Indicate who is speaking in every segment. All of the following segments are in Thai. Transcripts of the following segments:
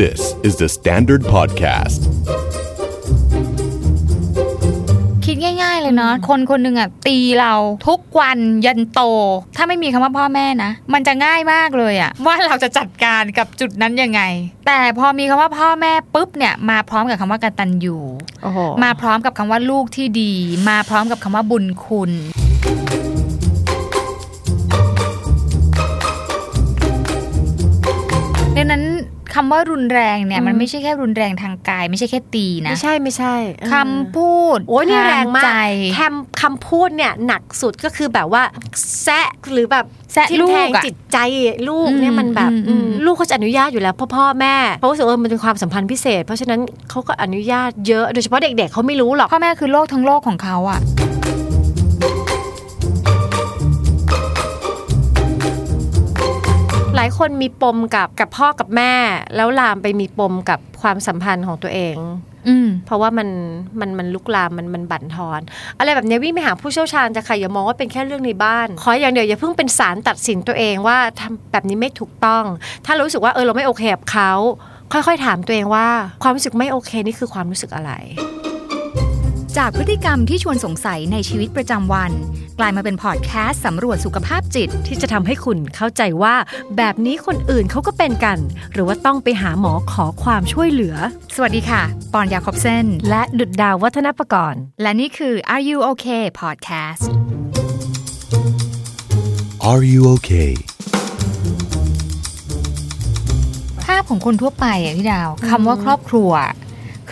Speaker 1: This is the Standard Podcast.
Speaker 2: คิดง่าย ๆ เลยเนาะคนคนหนึ่งอ่ะตีเราทุกวันยันโต ถ้าไม่มีคำว่าพ่อแม่นะ มันจะง่ายมากเลยอ่ะ ว่าเราจะจัดการกับจุดนั้นยังไง แต่พอมีคำว่าพ่อแม่ปุ๊บเนี่ยมาพร้อมกับคำว่ากตัญญู
Speaker 3: โอ้โห
Speaker 2: มาพร้อมกับคำว่าลูกที่ดี มาพร้อมกับคำว่าบุญคุณ ดังนั้นคำว่ารุนแรงเนี่ยมันไม่ใช่แค่รุนแรงทางกาย ไม่ใช่แค่ตีนะ
Speaker 3: ไม่ใช่ไม่ใช่เออ
Speaker 2: คำพูด
Speaker 3: โอ้ยนี่แรงมา
Speaker 2: ท
Speaker 3: ก
Speaker 2: ใจ
Speaker 3: แคมคำพูดเนี่ยหนักสุดก็คือแบบว่าแซะหรือแบบ
Speaker 2: แซะ
Speaker 3: ทิ่ม
Speaker 2: ลูก
Speaker 3: แท
Speaker 2: อะ
Speaker 3: งจิตใจลูกเนี่
Speaker 2: อื
Speaker 3: ย
Speaker 2: ม
Speaker 3: มันแบบ
Speaker 2: อืม
Speaker 3: อืม
Speaker 2: อืม
Speaker 3: ลูกเขาจะอนุญาตอยู่แล้วพ่อพ่อแม่เพราะรู้สึกว่ามันเป็นความสัมพันธ์พิเศษ เพราะฉะนั้นเขาก็อนุญาตเยอะโดยเฉพาะเด็กๆเขาไม่รู้หรอก
Speaker 2: พ่อแม่คือโลกทั้งโลกของเขาอะ
Speaker 3: หลายคนมีปมกับกับพ่อกับแม่ แล้วลามไปมีปมกับความสัมพันธ์ของตัวเอง
Speaker 2: อืม
Speaker 3: เพราะว่ามันมันมันลุกลามมันมันบั่นทอน อะไรแบบเนี้ยวิ่งไปหาผู้เชี่ยวชาญจะค่ะอย่ามองว่าเป็นแค่เรื่องในบ้าน ขออย่างเดียวอย่าเพิ่งเป็นสารตัดสินตัวเองว่าทำแบบนี้ไม่ถูกต้อง ถ้ารู้สึกว่าเออเราไม่โอเคกับเขาค่อยๆถามตัวเองว่า ความรู้สึกไม่โอเคนี่คือความรู้สึกอะไร
Speaker 4: จากพฤติกรรมที่ชวนสงสัยในชีวิตประจำวัน กลายมาเป็นพอดแคสต์สำรวจสุขภาพจิต
Speaker 3: ที่จะทำให้คุณเข้าใจว่า แบบนี้คนอื่นเขาก็เป็นกัน หรือว่าต้องไปหาหมอขอความช่วยเหลือ
Speaker 4: สวัสดีค่ะ ปอนยาคอบเซน
Speaker 3: และดุดดาววัฒนประกรณ์
Speaker 4: และนี่คือ Are You Okay Podcast
Speaker 1: Are you okay?
Speaker 2: ภาพของคนทั่วไปอะพี่ดาวคำว่าครอบครัว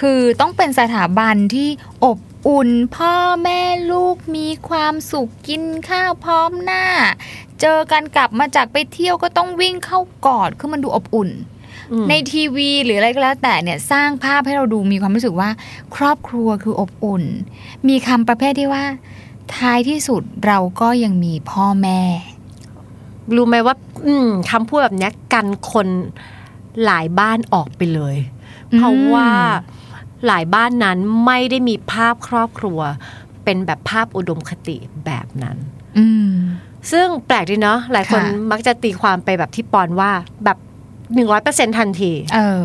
Speaker 2: คือต้องเป็นสถาบันที่อบอุ่นพ่อแม่ลูกมีความสุขกินข้าวพร้อมหน้า เจอกันกลับมาจากไปเที่ยวก็ต้องวิ่งเข้ากอดคือมันดูอบอุ่น ในทีวีหรืออะไรก็แล้วแต่เนี่ยสร้างภาพให้เราดูมีความรู้สึกว่า ครอบครัวคืออบอุ่น มีคำประเภทที่ว่า ท้ายที่สุดเราก็ยังมีพ่อแม่
Speaker 3: รู้ไหมว่า อืมคำพูดแบบเนี้ยกันคนหลายบ้านออกไปเลย
Speaker 2: อืม
Speaker 3: เพราะว่าหลายบ้านนั้นไม่ได้มีภาพครอบครัว เป็นแบบภาพอุดมคติแบบนั้น
Speaker 2: อืม
Speaker 3: ซึ่งแปลกดีเนาะหลายคน
Speaker 2: ค่ะ
Speaker 3: มักจะตีความไปแบบที่ปอนว่าแบบหนึ่งร้อยเปอร์เซ็นทันที
Speaker 2: เออ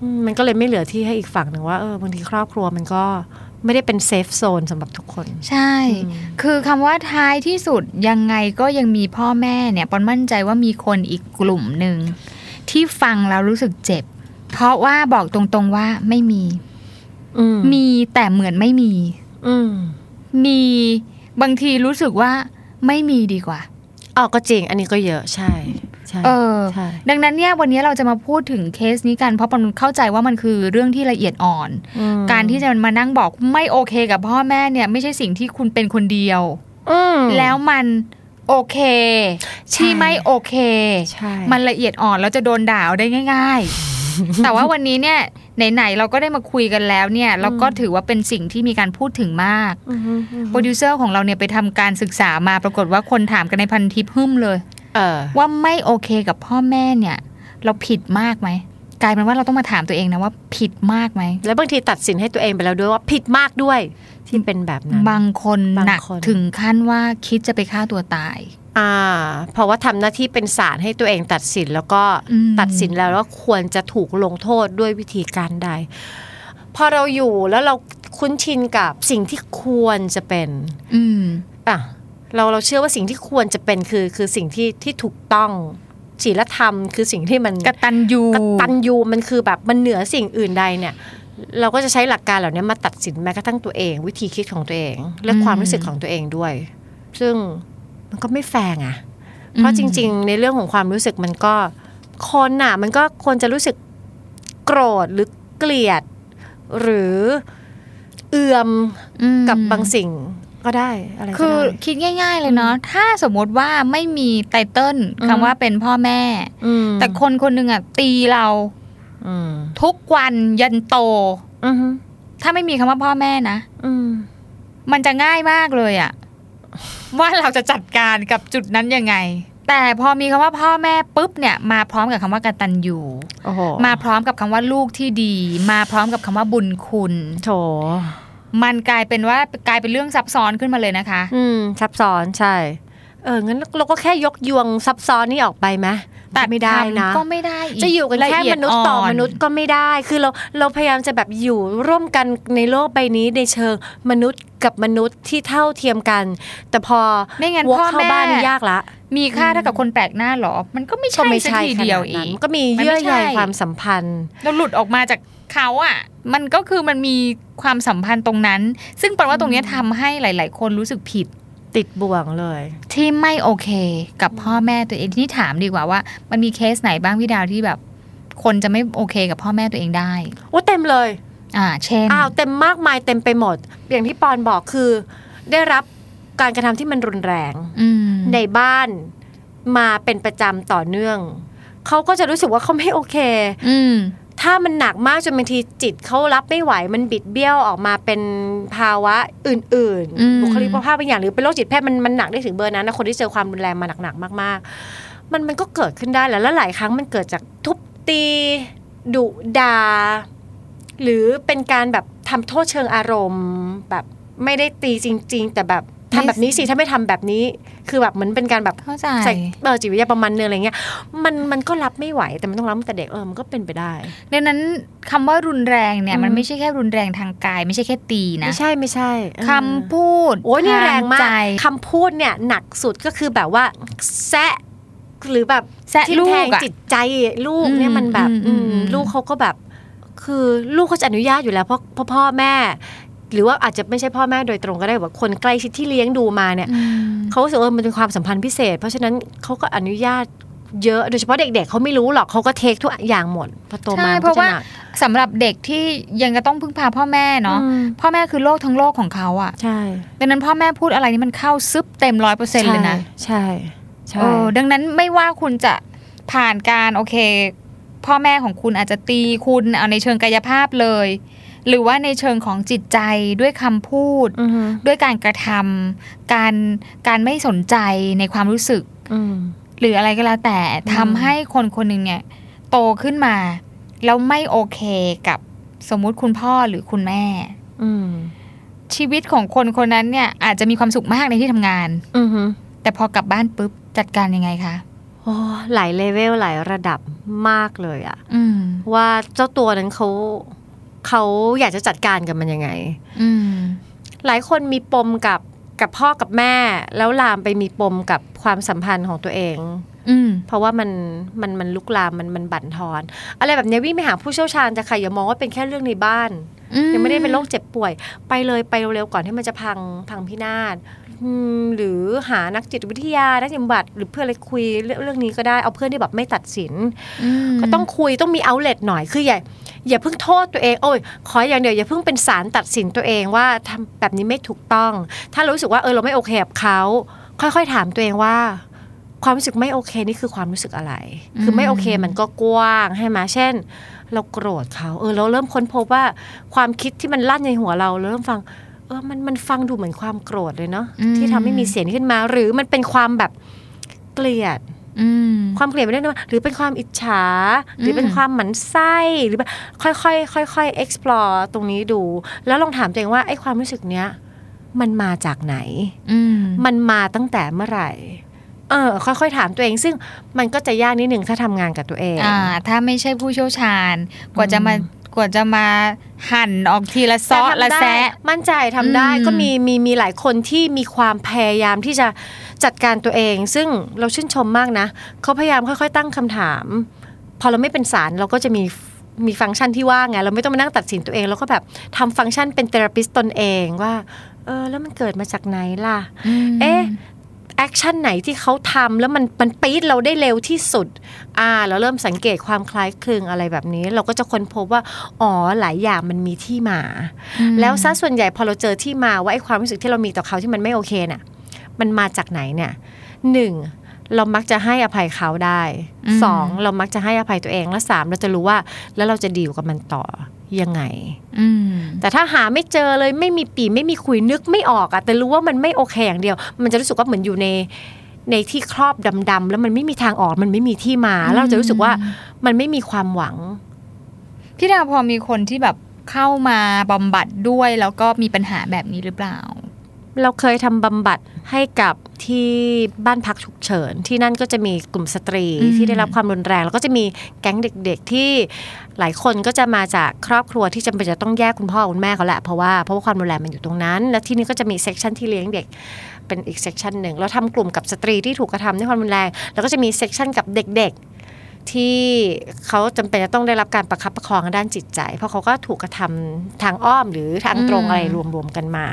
Speaker 3: อืมมันก็เลยไม่เหลือที่ให้อีกฝั่งหนึ่งว่าเออบางทีครอบครัวมันก็ไม่ได้เป็นเซฟโซนสำหรับทุกคน
Speaker 2: ใช่
Speaker 3: อืม
Speaker 2: คือคำว่าท้ายที่สุดยังไงก็ยังมีพ่อแม่เนี่ยปอนมั่นใจว่ามีคนอีกกลุ่มหนึ่ง ที่ฟังแล้วรู้สึกเจ็บ เพราะว่าบอกตรงๆว่าไม่มี
Speaker 3: อืม
Speaker 2: มีแต่เหมือนไม่มี
Speaker 3: อืม
Speaker 2: มีบางทีรู้สึกว่าไม่มีดีกว่า
Speaker 3: ออกก็จริง อันนี้ก็เยอะใช่ใช่
Speaker 2: เออ
Speaker 3: ใช่
Speaker 2: ดังนั้นเนี่ยวันนี้เราจะมาพูดถึงเคสนี้กัน เพราะปอนเข้าใจว่ามันคือเรื่องที่ละเอียดอ่อน
Speaker 3: อืม
Speaker 2: การที่จะมานั่งบอกไม่โอเคกับพ่อแม่เนี่ยไม่ใช่สิ่งที่คุณเป็นคนเดียว
Speaker 3: อืม
Speaker 2: แล้วมันโอเค
Speaker 3: ใช่
Speaker 2: ที่ไม่โอเค
Speaker 3: ใช่
Speaker 2: มันละเอียดอ่อนแล้วจะโดนด่าเอาได้ง่าย ๆ แต่ว่าวันนี้เนี่ยไหนๆเราก็ได้มาคุยกันแล้วเนี่ยเราก็ถือว่าเป็นสิ่งที่มีการพูดถึงมาก
Speaker 3: อืมอืมอืม
Speaker 2: โปรดิวเซอร์ของเราเนี่ยไปทำการศึกษามาปรากฏว่าคนถามกันในพันทิปหึ่มเลย
Speaker 3: เออ
Speaker 2: ว่าไม่โอเคกับพ่อแม่เนี่ย เราผิดมากไหมกลายเป็นว่าเราต้องมาถามตัวเองนะว่าผิดมากไหม
Speaker 3: แล้วบางทีตัดสินให้ตัวเองไปแล้วด้วยว่าผิดมากด้วยที่เป็นแบบนั้น
Speaker 2: บางคน
Speaker 3: บาง
Speaker 2: หนัก
Speaker 3: คน
Speaker 2: ถึงขั้นว่าคิดจะไปฆ่าตัวตาย
Speaker 3: อ่า เพราะว่าทำหน้าที่เป็นศาลให้ตัวเองตัดสินแล้วก็
Speaker 2: อืม
Speaker 3: ตัดสินแล้วว่าควรจะถูกลงโทษด้วยวิธีการใด พอเราอยู่แล้วเราคุ้นชินกับสิ่งที่ควรจะเป็น
Speaker 2: อืม
Speaker 3: อ่ะเราเราเชื่อว่าสิ่งที่ควรจะเป็นคือ คือสิ่งที่ที่ถูกต้องศีลธรรม คือสิ่งที่มัน
Speaker 2: กตันยู
Speaker 3: กตันยูมันคือแบบมันเหนือสิ่งอื่นใดเนี่ย เราก็จะใช้หลักการเหล่านี้มาตัดสินแม้กระทั่งตัวเอง วิธีคิดของตัวเอง และ
Speaker 2: อืม
Speaker 3: ความรู้สึกของตัวเองด้วย ซึ่งมันก็ไม่แฟงอะ่ะ
Speaker 2: อืม
Speaker 3: เพราะจริง ๆ ในเรื่องของความรู้สึกมันก็คนน่ะมันก็ควรจะรู้สึกโกรธหรือเกลียด หรือเอื่อม
Speaker 2: อืม
Speaker 3: กับบางสิ่งก็ได้อะไรก็ได้
Speaker 2: คือคิดง่าย ๆ เลยเนาะถ้าสมมติว่าไม่มีไตเติ้ล
Speaker 3: อืม
Speaker 2: คำว่าเป็นพ่อแม่
Speaker 3: ม
Speaker 2: แต่คนคนหนึ่งอ่ะตีเรา
Speaker 3: อืม
Speaker 2: ทุกวันยันโต
Speaker 3: อืม
Speaker 2: ถ้าไม่มีคำว่าพ่อแม่นะ
Speaker 3: อืม
Speaker 2: มันจะง่ายมากเลยอะว่าเราจะจัดการกับจุดนั้นยังไง แต่พอมีคำว่าพ่อแม่ปุ๊บเนี่ยมาพร้อมกับคำว่ากตัญญู
Speaker 3: โอ้โห
Speaker 2: มาพร้อมกับคำว่าลูกที่ดี มาพร้อมกับคำว่าบุญคุณ
Speaker 3: โถ
Speaker 2: มันกลายเป็นว่ากลายเป็นเรื่องซับซ้อนขึ้นมาเลยนะคะ
Speaker 3: อืมซับซ้อนใช่ เอองั้นเราก็แค่ยกยวงซับซ้อนนี่ออกไปไหม ตัดไม่ได้นะ
Speaker 2: ก็ไม่ได้อีก
Speaker 3: จะอยู่กันแค่
Speaker 2: ละเด
Speaker 3: มนุษย์ต่อ
Speaker 2: อน
Speaker 3: มนุษย์ก็ไม่ได้ คือเราเราพยายามจะแบบอยู่ร่วมกันในโลกใบนี้ในเชิงมนุษย์กับมนุษย์ที่เท่าเทียมกัน แต่พอ
Speaker 2: ไม่งั้น
Speaker 3: วก
Speaker 2: พ่อ
Speaker 3: เข้า
Speaker 2: แม่
Speaker 3: บ้านนี่ยากละ
Speaker 2: มีค่าเท่ากับคนแปลกหน้าเหรอ มันก็ไม่
Speaker 3: ก็
Speaker 2: ใช่
Speaker 3: ไม่
Speaker 2: สัก
Speaker 3: ใช่
Speaker 2: ที
Speaker 3: ข
Speaker 2: เดีย
Speaker 3: นาว ด
Speaker 2: อี
Speaker 3: นั้น
Speaker 2: ก
Speaker 3: ก็มี
Speaker 2: มัน
Speaker 3: เยื่
Speaker 2: ไม่
Speaker 3: อ
Speaker 2: ใช่
Speaker 3: ใยความสัมพันธ์
Speaker 2: เราหลุดออกมาจากเขาอะมันก็คือมันมีความสัมพันธ์ตรงนั้น ซึ่งแปลว่าตรงเนี้ยทำให้หลาย ๆ คนรู้สึกผิด
Speaker 3: ติดบ่วงเลย
Speaker 2: ที่ไม่โอเคกับพ่อแม่ตัวเองทีนี่ถามดีกว่าว่า มันมีเคสไหนบ้างพี่ดาวที่แบบ คนจะไม่โอเคกับพ่อแม่ตัวเองได้
Speaker 3: โอ้เต็มเลย
Speaker 2: อ่า เช่น
Speaker 3: อ้าวเต็มมากมายเต็มไปหมด อย่างที่ปอนบอกคือ ได้รับการกระทำที่มันรุนแรง
Speaker 2: อืม
Speaker 3: ในบ้านมาเป็นประจำต่อเนื่อง เขาก็จะรู้สึกว่าเขาไม่โอเค
Speaker 2: อืม
Speaker 3: ถ้ามันหนักมากจนบางทีจิตเขารับไม่ไหวมันบิดเบี้ยวออกมาเป็นภาวะอื่น
Speaker 2: อืม
Speaker 3: บุคลิกภาพบางอย่างหรือเป็นโรคจิตแพทย์มันมันหนักได้ถึงเบอร์นั้นนะคนที่เจอความรุนแรงมาหนักๆมาก ๆ มันมันก็เกิดขึ้นได้แหละแล้วหลายครั้งมันเกิดจากทุบตีดุดาหรือเป็นการแบบทำโทษเชิงอารมณ์ แบบไม่ได้ตีจริง ๆ แต่แบบทำแบบนี้สิถ้าไม่ทำแบบนี้ คือแบบเหมือนเป็นการแบบ
Speaker 2: เข้าใจ
Speaker 3: ใส่เออจิตวิทยาประมาณนึงอะไรเงี้ยมันมันก็รับไม่ไหวแต่มันต้องรับตั้งแต่เด็กเออมันก็เป็นไปได้
Speaker 2: ดังนั้นคำว่ารุนแรงเนี่ย
Speaker 3: อืม
Speaker 2: มันไม่ใช่แค่รุนแรงทางกาย ไม่ใช่แค่ตีนะ
Speaker 3: ไม่ใช่ไม่ใช่เออ
Speaker 2: คำพูด
Speaker 3: โอ้ยนี่
Speaker 2: ท
Speaker 3: แรงมา
Speaker 2: ใจ
Speaker 3: กคำพูดเนี่ยหนักสุดก็คือแบบว่าแซะหรือแบบ
Speaker 2: แซะ
Speaker 3: ทิ่ม
Speaker 2: ลู
Speaker 3: แท
Speaker 2: ก
Speaker 3: ง
Speaker 2: อะ
Speaker 3: จิตใจลูก
Speaker 2: อืม
Speaker 3: เนี่ยมันแบบ
Speaker 2: อืม
Speaker 3: อืม
Speaker 2: อืม
Speaker 3: ลูกเขาก็แบบ คือลูกเขาจะอนุญาตอยู่แล้วเพราะเพราะพ่อแม่ หรือว่าอาจจะไม่ใช่พ่อแม่โดยตรงก็ได้แบบคนใกล้ชิดที่เลี้ยงดูมาเนี่ย
Speaker 2: อืม
Speaker 3: เขารู้สึกว่ามันเป็นความสัมพันธ์พิเศษ เพราะฉะนั้นเขาก็อนุญาตเยอะ โดยเฉพาะเด็กๆเขาไม่รู้หรอกเขาก็เทคทุกอย่างหมดพอโต
Speaker 2: ใช่
Speaker 3: มา
Speaker 2: เพราะว่า
Speaker 3: ก็จหนัก
Speaker 2: สำหรับเด็กที่ยังจะต้องพึ่งพาพ่อแม่เนาะ
Speaker 3: อืม
Speaker 2: พ่อแม่คือโลกทั้งโลกของเขาอะ
Speaker 3: ใช่
Speaker 2: ดังนั้นพ่อแม่พูดอะไรนี่มันเข้าซึบเต็มร้อยเปอร์เซ็นต์เลยนะ
Speaker 3: ใช่ใช่
Speaker 2: เออดังนั้นไม่ว่าคุณจะผ่านการโอเค พ่อแม่ของคุณอาจจะตีคุณเอาในเชิงกายภาพเลย หรือว่าในเชิงของจิตใจด้วยคำพูด
Speaker 3: อือฮึ
Speaker 2: ด้วยการกระทำการการไม่สนใจในความรู้สึก
Speaker 3: อืม
Speaker 2: หรืออะไรก็แล้วแต่ทำให้คนคนหนึ่งเนี่ย โตขึ้นมา แล้วไม่โอเคกับสมมุติคุณพ่อหรือคุณแม่
Speaker 3: อืม
Speaker 2: ชีวิตของคนคนนั้นเนี่ยอาจจะมีความสุขมากในที่ทำงาน
Speaker 3: อือฮึ
Speaker 2: แต่พอกลับบ้านปุ๊บจัดการยังไงคะ
Speaker 3: โอ้หลายเลเวลหลายระดับมากเลยอะ
Speaker 2: อืม
Speaker 3: ว่าเจ้าตัวนั้นเขาเขาอยากจะจัดการกับมันยังไง
Speaker 2: อืม
Speaker 3: หลายคนมีปมกับกับพ่อกับแม่ แล้วลามไปมีปมกับความสัมพันธ์ของตัวเอง
Speaker 2: อืม
Speaker 3: เพราะว่ามันมันมันลุกลามมันมันบั่นทอน อะไรแบบเนี้ยวิ่งไปหาผู้เชี่ยวชาญจะค่ะอย่ามองว่าเป็นแค่เรื่องในบ้าน ยังไม่ได้เป็นโรคเจ็บป่วย ไปเลยไปเร็วๆก่อนที่มันจะพังพังพินาศอืมหรือหานักจิตวิทยานักจิตบำบัดหรือเพื่อนอะไรคุยเรื่องเรื่องนี้ก็ได้เอาเพื่อนที่แบบไม่ตัดสิน
Speaker 2: ม
Speaker 3: ก็ต้องคุยต้องมีเอาเล t หน่อยคืออย่าอย่าเพิ่งโทษตัวเองโอ้ยขออย่างเดียวอย่าเพิ่งเป็นสารตัดสินตัวเองว่าทำแบบนี้ไม่ถูกต้อง ถ้ารู้สึกว่าเออเราไม่โอเคกับเขาค่อยๆถามตัวเองว่า ความรู้สึกไม่โอเคนี่คือความรู้สึกอะไร คือไม่โอเคมันก็กว้างใช่ไหมเช่น เราโกรธเขาเออเราเริ่มค้นพบว่าความคิดที่มันลั่นในหัวเราเราเริ่มฟังเออมันมันฟังดูเหมือนความโกรธเลยเนาะที่ทำให้มีเสียงนี้ขึ้นมา หรือมันเป็นความแบบเกลียด
Speaker 2: อืม
Speaker 3: ความเกลียดเป็นเรื่องนึงหรือเป็นความอิจฉา หรือ
Speaker 2: ม
Speaker 3: เป็นความหมันไส้หรือแบบค่อยๆค่อยๆ explore ตรงนี้ดู แล้วลองถามตัวเองว่าไอ้ความรู้สึกเนี้ยมันมาจากไหน
Speaker 2: อืม
Speaker 3: มันมาตั้งแต่เมื่อไหร่เออค่อยๆถามตัวเอง ซึ่งมันก็จะยากนิดหนึ่งถ้าทำงานกับตัวเอง
Speaker 2: อ่า ถ้าไม่ใช่ผู้เชี่ยวชาญ กว่าจะมา กว่าจะมาหั่นออกทีละซอ
Speaker 3: แต่
Speaker 2: ละ
Speaker 3: ทำได้
Speaker 2: แซะ
Speaker 3: มั่นใจทำได้
Speaker 2: อืม
Speaker 3: ก็มีมีมีหลายคนที่มีความพยายามที่จะจัดการตัวเอง ซึ่งเราชื่นชมมากนะเขาพยายามค่อย ๆ ตั้งคำถาม พอเราไม่เป็นสารเราก็จะมีมีฟังก์ชันที่ว่างไงเราไม่ต้องมานั่งตัดสินตัวเองเราก็แบบทำฟังก์ชันเป็นเทราปิสตนเองว่าเออแล้วมันเกิดมาจากไหนล่ะ
Speaker 2: ม
Speaker 3: เอ๊ะแอคชั่นไหนที่เขาทำแล้วมันมันปี๊ดเราได้เร็วที่สุด อ่าเราเริ่มสังเกตความคล้ายคลึงอะไรแบบนี้ เราก็จะค้นพบว่า อ๋อหลายอย่างมันมีที่มา
Speaker 2: อืม
Speaker 3: แล้วซะส่วนใหญ่พอเราเจอที่มาว่าไอ้ความรู้สึกที่เรามีต่อเขาที่มันไม่โอเคเนี่ยมันมาจากไหนเนี่ยหนึ่งเรามักจะให้อภัยเขาได้สองเรามักจะให้อภัยตัวเองและสามเราจะรู้ว่าแล้วเราจะดีลกับมันต่อยังไง
Speaker 2: อืม
Speaker 3: แต่ถ้าหาไม่เจอเลยไม่มีปีไม่มีคุยนึกไม่ออกอะแต่รู้ว่ามันไม่โอเคอย่างเดียว มันจะรู้สึกว่าเหมือนอยู่ในในที่ครอบดำๆแล้วมันไม่มีทางออกมันไม่มีที่มาแล้วเราจะรู้สึกว่ามันไม่มีความหวัง
Speaker 2: พี่ดาวพอมีคนที่แบบเข้ามาบำบัดด้วยแล้วก็มีปัญหาแบบนี้หรือเปล่า
Speaker 3: เราเคยทำบำบัดให้กับที่บ้านพักฉุกเฉิน ที่นั่นก็จะมีกลุ่มสตรี
Speaker 2: อืม
Speaker 3: ที่ได้รับความรุนแรง แล้วก็จะมีแก๊งเด็กๆที่หลายคนก็จะมาจากครอบครัวที่จำเป็นจะต้องแยกคุณพ่อคุณแม่เขาแหละเพราะว่าเพราะว่าความรุนแรงมันอยู่ตรงนั้น และที่นี่ก็จะมีเซกชันที่เลี้ยงเด็ก เป็นอีกเซกชันหนึ่งเราทำกลุ่มกับสตรีที่ถูกกระทำด้วยความรุนแรง แล้วก็จะมีเซกชันกับเด็กๆ ที่เขาจำเป็นจะต้องได้รับการประคับประคองทางด้านจิตใจ เพราะเขาก็ถูกกระทำทางอ้อมหรือทางตรง
Speaker 2: อืม
Speaker 3: อะไรรวมๆกันมา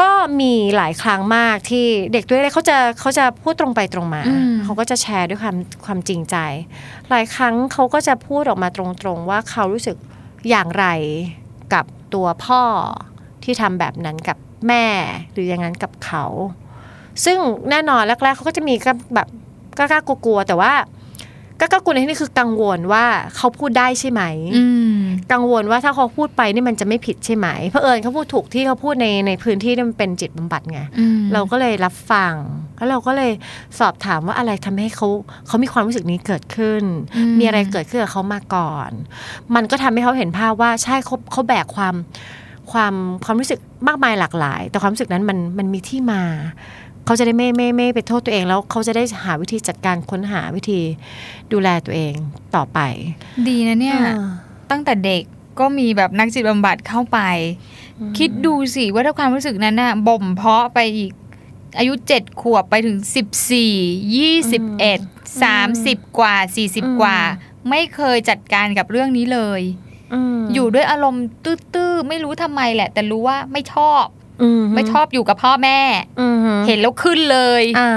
Speaker 3: ก็มีหลายครั้งมากที่เด็กด้วยเลยเขาจะเขาจะพูดตรงไปตรงมา
Speaker 2: อืม
Speaker 3: เขาก็จะแชร์ด้วยความความจริงใจ หลายครั้งเขาก็จะพูดออกมาตรงๆว่าเขารู้สึกอย่างไรกับตัวพ่อที่ทำแบบนั้นกับแม่ หรืออย่างนั้นกับเขา ซึ่งแน่นอนแรกๆเขาก็จะมีก็แบบกล้าๆกลัวๆแต่ว่าก็กล้ากลัวในที่นี้คือกังวลว่าเขาพูดได้ใช่ไหม
Speaker 2: อืม
Speaker 3: กังวลว่าถ้าเขาพูดไปนี่มันจะไม่ผิดใช่ไหมเพราะเอิญเขาพูดถูกที่เขาพูดในในพื้นที่นี่มันเป็นจิตบำบัดไง
Speaker 2: อืม
Speaker 3: เราก็เลยรับฟัง แล้วเราก็เลยสอบถามว่าอะไรทำให้เขาเขามีความรู้สึกนี้เกิดขึ้น
Speaker 2: อืม
Speaker 3: มีอะไรเกิดขึ้นกับเขามาก่อน มันก็ทำให้เขาเห็นภาพว่าใช่เขาเขาแบกความความความรู้สึกมากมายหลากหลาย แต่ความรู้สึกนั้นมันมันมีที่มา เขาจะได้ไม่ไม่ไม่ไปโทษตัวเองแล้วเขาจะได้หาวิธีจัดการค้นหาวิธีดูแลตัวเองต่อไป
Speaker 2: ดีนะเนี่ย
Speaker 3: อ่า
Speaker 2: ตั้งแต่เด็กก็มีแบบนักจิตบำบัดเข้าไป คิดดูสิว่าถ้าความรู้สึกนั้นน่ะบ่มเพาะไปอีก อายุเจ็ดขวบไปถึงสิบสี่ยี่สิบเอ็ดสามสิบกว่าสี่สิบ
Speaker 3: อืม
Speaker 2: กว่า ไม่เคยจัดการกับเรื่องนี้เลย
Speaker 3: ม
Speaker 2: อยู่ด้วยอารมณ์ตื้อๆไม่รู้ทำไมแหละ แต่รู้ว่าไม่ชอบ
Speaker 3: ม
Speaker 2: ไม่ชอบอยู่กับพ่อแม่
Speaker 3: อืม
Speaker 2: เห็นแล้วขึ้นเลย
Speaker 3: อ่า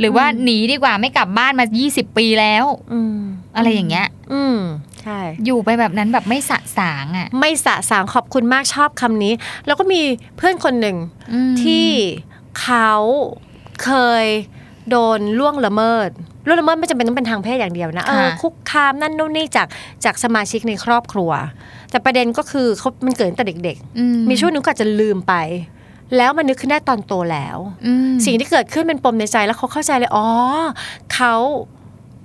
Speaker 2: หรือว่า
Speaker 3: อืม
Speaker 2: หนีดีกว่าไม่กลับบ้านมา 20 ปีแล้ว
Speaker 3: อืม
Speaker 2: อะไรอย่างเงี้ย
Speaker 3: อืมใช่
Speaker 2: อยู่ไปแบบนั้นแบบไม่สะสางอ่ะ
Speaker 3: ไม่สะสางขอบคุณมากชอบคำนี้ แล้วก็มีเพื่อนคนหนึ่ง
Speaker 2: อืม
Speaker 3: ที่เขาเคยโดนล่วงละเมิดล่วงละเมิดไม่จำเป็นต้องเป็นทางเพศอย่างเดียวนะเออคุกคามนั่นนู่นนี่จากจากสมาชิกในครอบครัว แต่ประเด็นก็คือเขามันเกิดตั้งแต่เด็ก
Speaker 2: อื
Speaker 3: ๆ มีช่วงหนึงก็อาจจะลืมไป แล้วมันนึกขึ้นได้ตอนโตแล้ว
Speaker 2: อืม
Speaker 3: สิ่งที่เกิดขึ้นเป็นปมในใจแล้วเขาเข้าใจเลยอ๋อเขา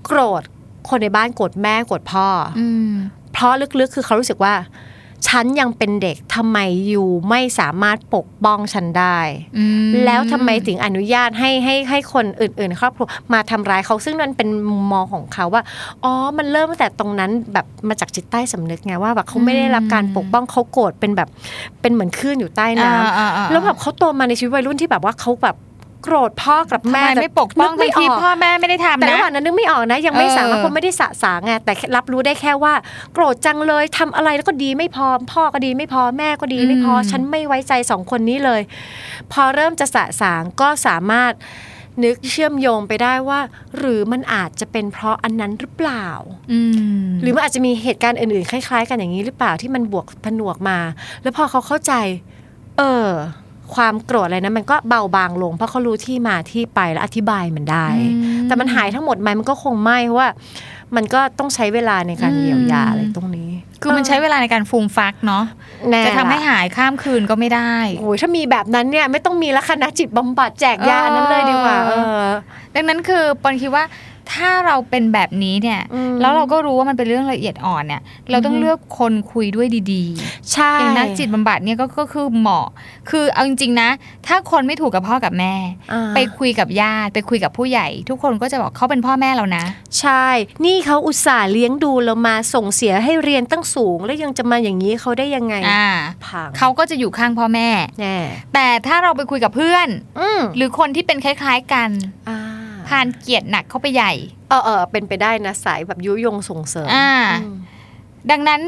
Speaker 3: โกรธคนในบ้านโกรธแม่โกรธพ่ออ
Speaker 2: อืม
Speaker 3: เพราะลึกๆ คือเขารู้สึกว่า ฉันยังเป็นเด็กทำไมอยู่ไม่สามารถปกป้องฉันได้
Speaker 2: อืม
Speaker 3: แล้วทำไมถึงอนุญาตให้ให้ให้คนอื่นๆในครอบครัวมาทำร้ายเขาซึ่งนั่นเป็นมุมมองของเขาว่าอ๋อมันเริ่มตั้งแต่ตรงนั้นแบบมาจากจิตใต้สำนึกไงว่าแบบเขาไม่ได้รับการปกป้องเขาโกรธเป็นแบบเป็นเหมือนคลื่นอยู่ใต้น้ำ
Speaker 2: อ่าๆๆ
Speaker 3: แล้วแบบเขาโตมาในชีวิตวัยรุ่นที่แบบว่าเขาแบบโกรธพ่อกับ
Speaker 2: ทำไม
Speaker 3: แม่แต่
Speaker 2: ไม่ปกป้อง
Speaker 3: นึ
Speaker 2: ทั้งที่พ่อแม่ไม่ได้ทำ
Speaker 3: แต่
Speaker 2: นะ
Speaker 3: ระหว่างนั้นนึกไม่ออกนะยังไม่
Speaker 2: เออ
Speaker 3: สามารถเพราะไม่ได้สะสางไงแต่รับรู้ได้แค่ว่า โกรธจังเลยทำอะไรแล้วก็ดีไม่พอ พ่อก็ดีไม่พอแม่ก็ดีไม่พอ ฉันไม่ไว้ใจสองคนนี้เลย พอเริ่มจะสะสางก็สามารถนึกเชื่อมโยงไปได้ว่า หรือมันอาจจะเป็นเพราะอันนั้นหรือเปล่า
Speaker 2: อืม
Speaker 3: หรือมันอาจจะมีเหตุการณ์อื่นๆ คล้ายๆ กันอย่างนี้หรือเปล่าที่มันบวกผนวกมา แล้วพอเขาเข้าใจ เออ ความโกรธอะไรนะมันก็เบาบางลง เพราะเขารู้ที่มาที่ไปและอธิบายมันได้ แต่มันหายทั้งหมดไหมมันก็คงไม่เพราะว่า มันก็ต้องใช้เวลาในการเยียวยาอะไรตรงนี้
Speaker 2: คือมันใช้เวลาในการฟูมฟักเนาะ
Speaker 3: แน่
Speaker 2: จะทำให้
Speaker 3: ล
Speaker 2: หายข้ามคืนก็ไม่ได้
Speaker 3: โอ้ยถ้ามีแบบนั้นเนี่ยไม่ต้องมีละคณะจิตบำบัดแจกยาอันนั้นเลยดีกว่า เออ
Speaker 2: ดังนั้นคือปอนคิดว่าถ้าเราเป็นแบบนี้เนี่ย
Speaker 3: อืม
Speaker 2: แล้วเราก็รู้ว่ามันเป็นเรื่องละเอียดอ่อนเนี่ย เราต้องเลือกคนคุยด้วยดี
Speaker 3: ใช่
Speaker 2: ๆอย่างนักจิตบำบัดเนี่ยก็ก็คือเหมาะ คือเอาจริงๆนะ ถ้าคนไม่ถูกกับพ่อกับแม่
Speaker 3: อ่า
Speaker 2: ไปคุยกับญาติไปคุยกับผู้ใหญ่ ทุกคนก็จะบอกเขาเป็นพ่อแม่เรานะ
Speaker 3: ใช่ นี่เขาอุตส่าห์เลี้ยงดูเรามาส่งเสียให้เรียนตั้งสูง แล้วยังจะมาอย่างนี้เขาได้ยังไง
Speaker 2: อ่า
Speaker 3: พัง
Speaker 2: เขาก็จะอยู่ข้างพ่อแม่
Speaker 3: แน่
Speaker 2: แต่ถ้าเราไปคุยกับเพื่อน
Speaker 3: อืม
Speaker 2: หรือคนที่เป็นคล้ายๆกัน
Speaker 3: อ่า
Speaker 2: พานเกลียดหนักเข้าไปใหญ่
Speaker 3: เออเออเป็นไปได้นะสายแบบยุยงส่งเสริม
Speaker 2: อ่า
Speaker 3: อืม
Speaker 2: ดังนั้น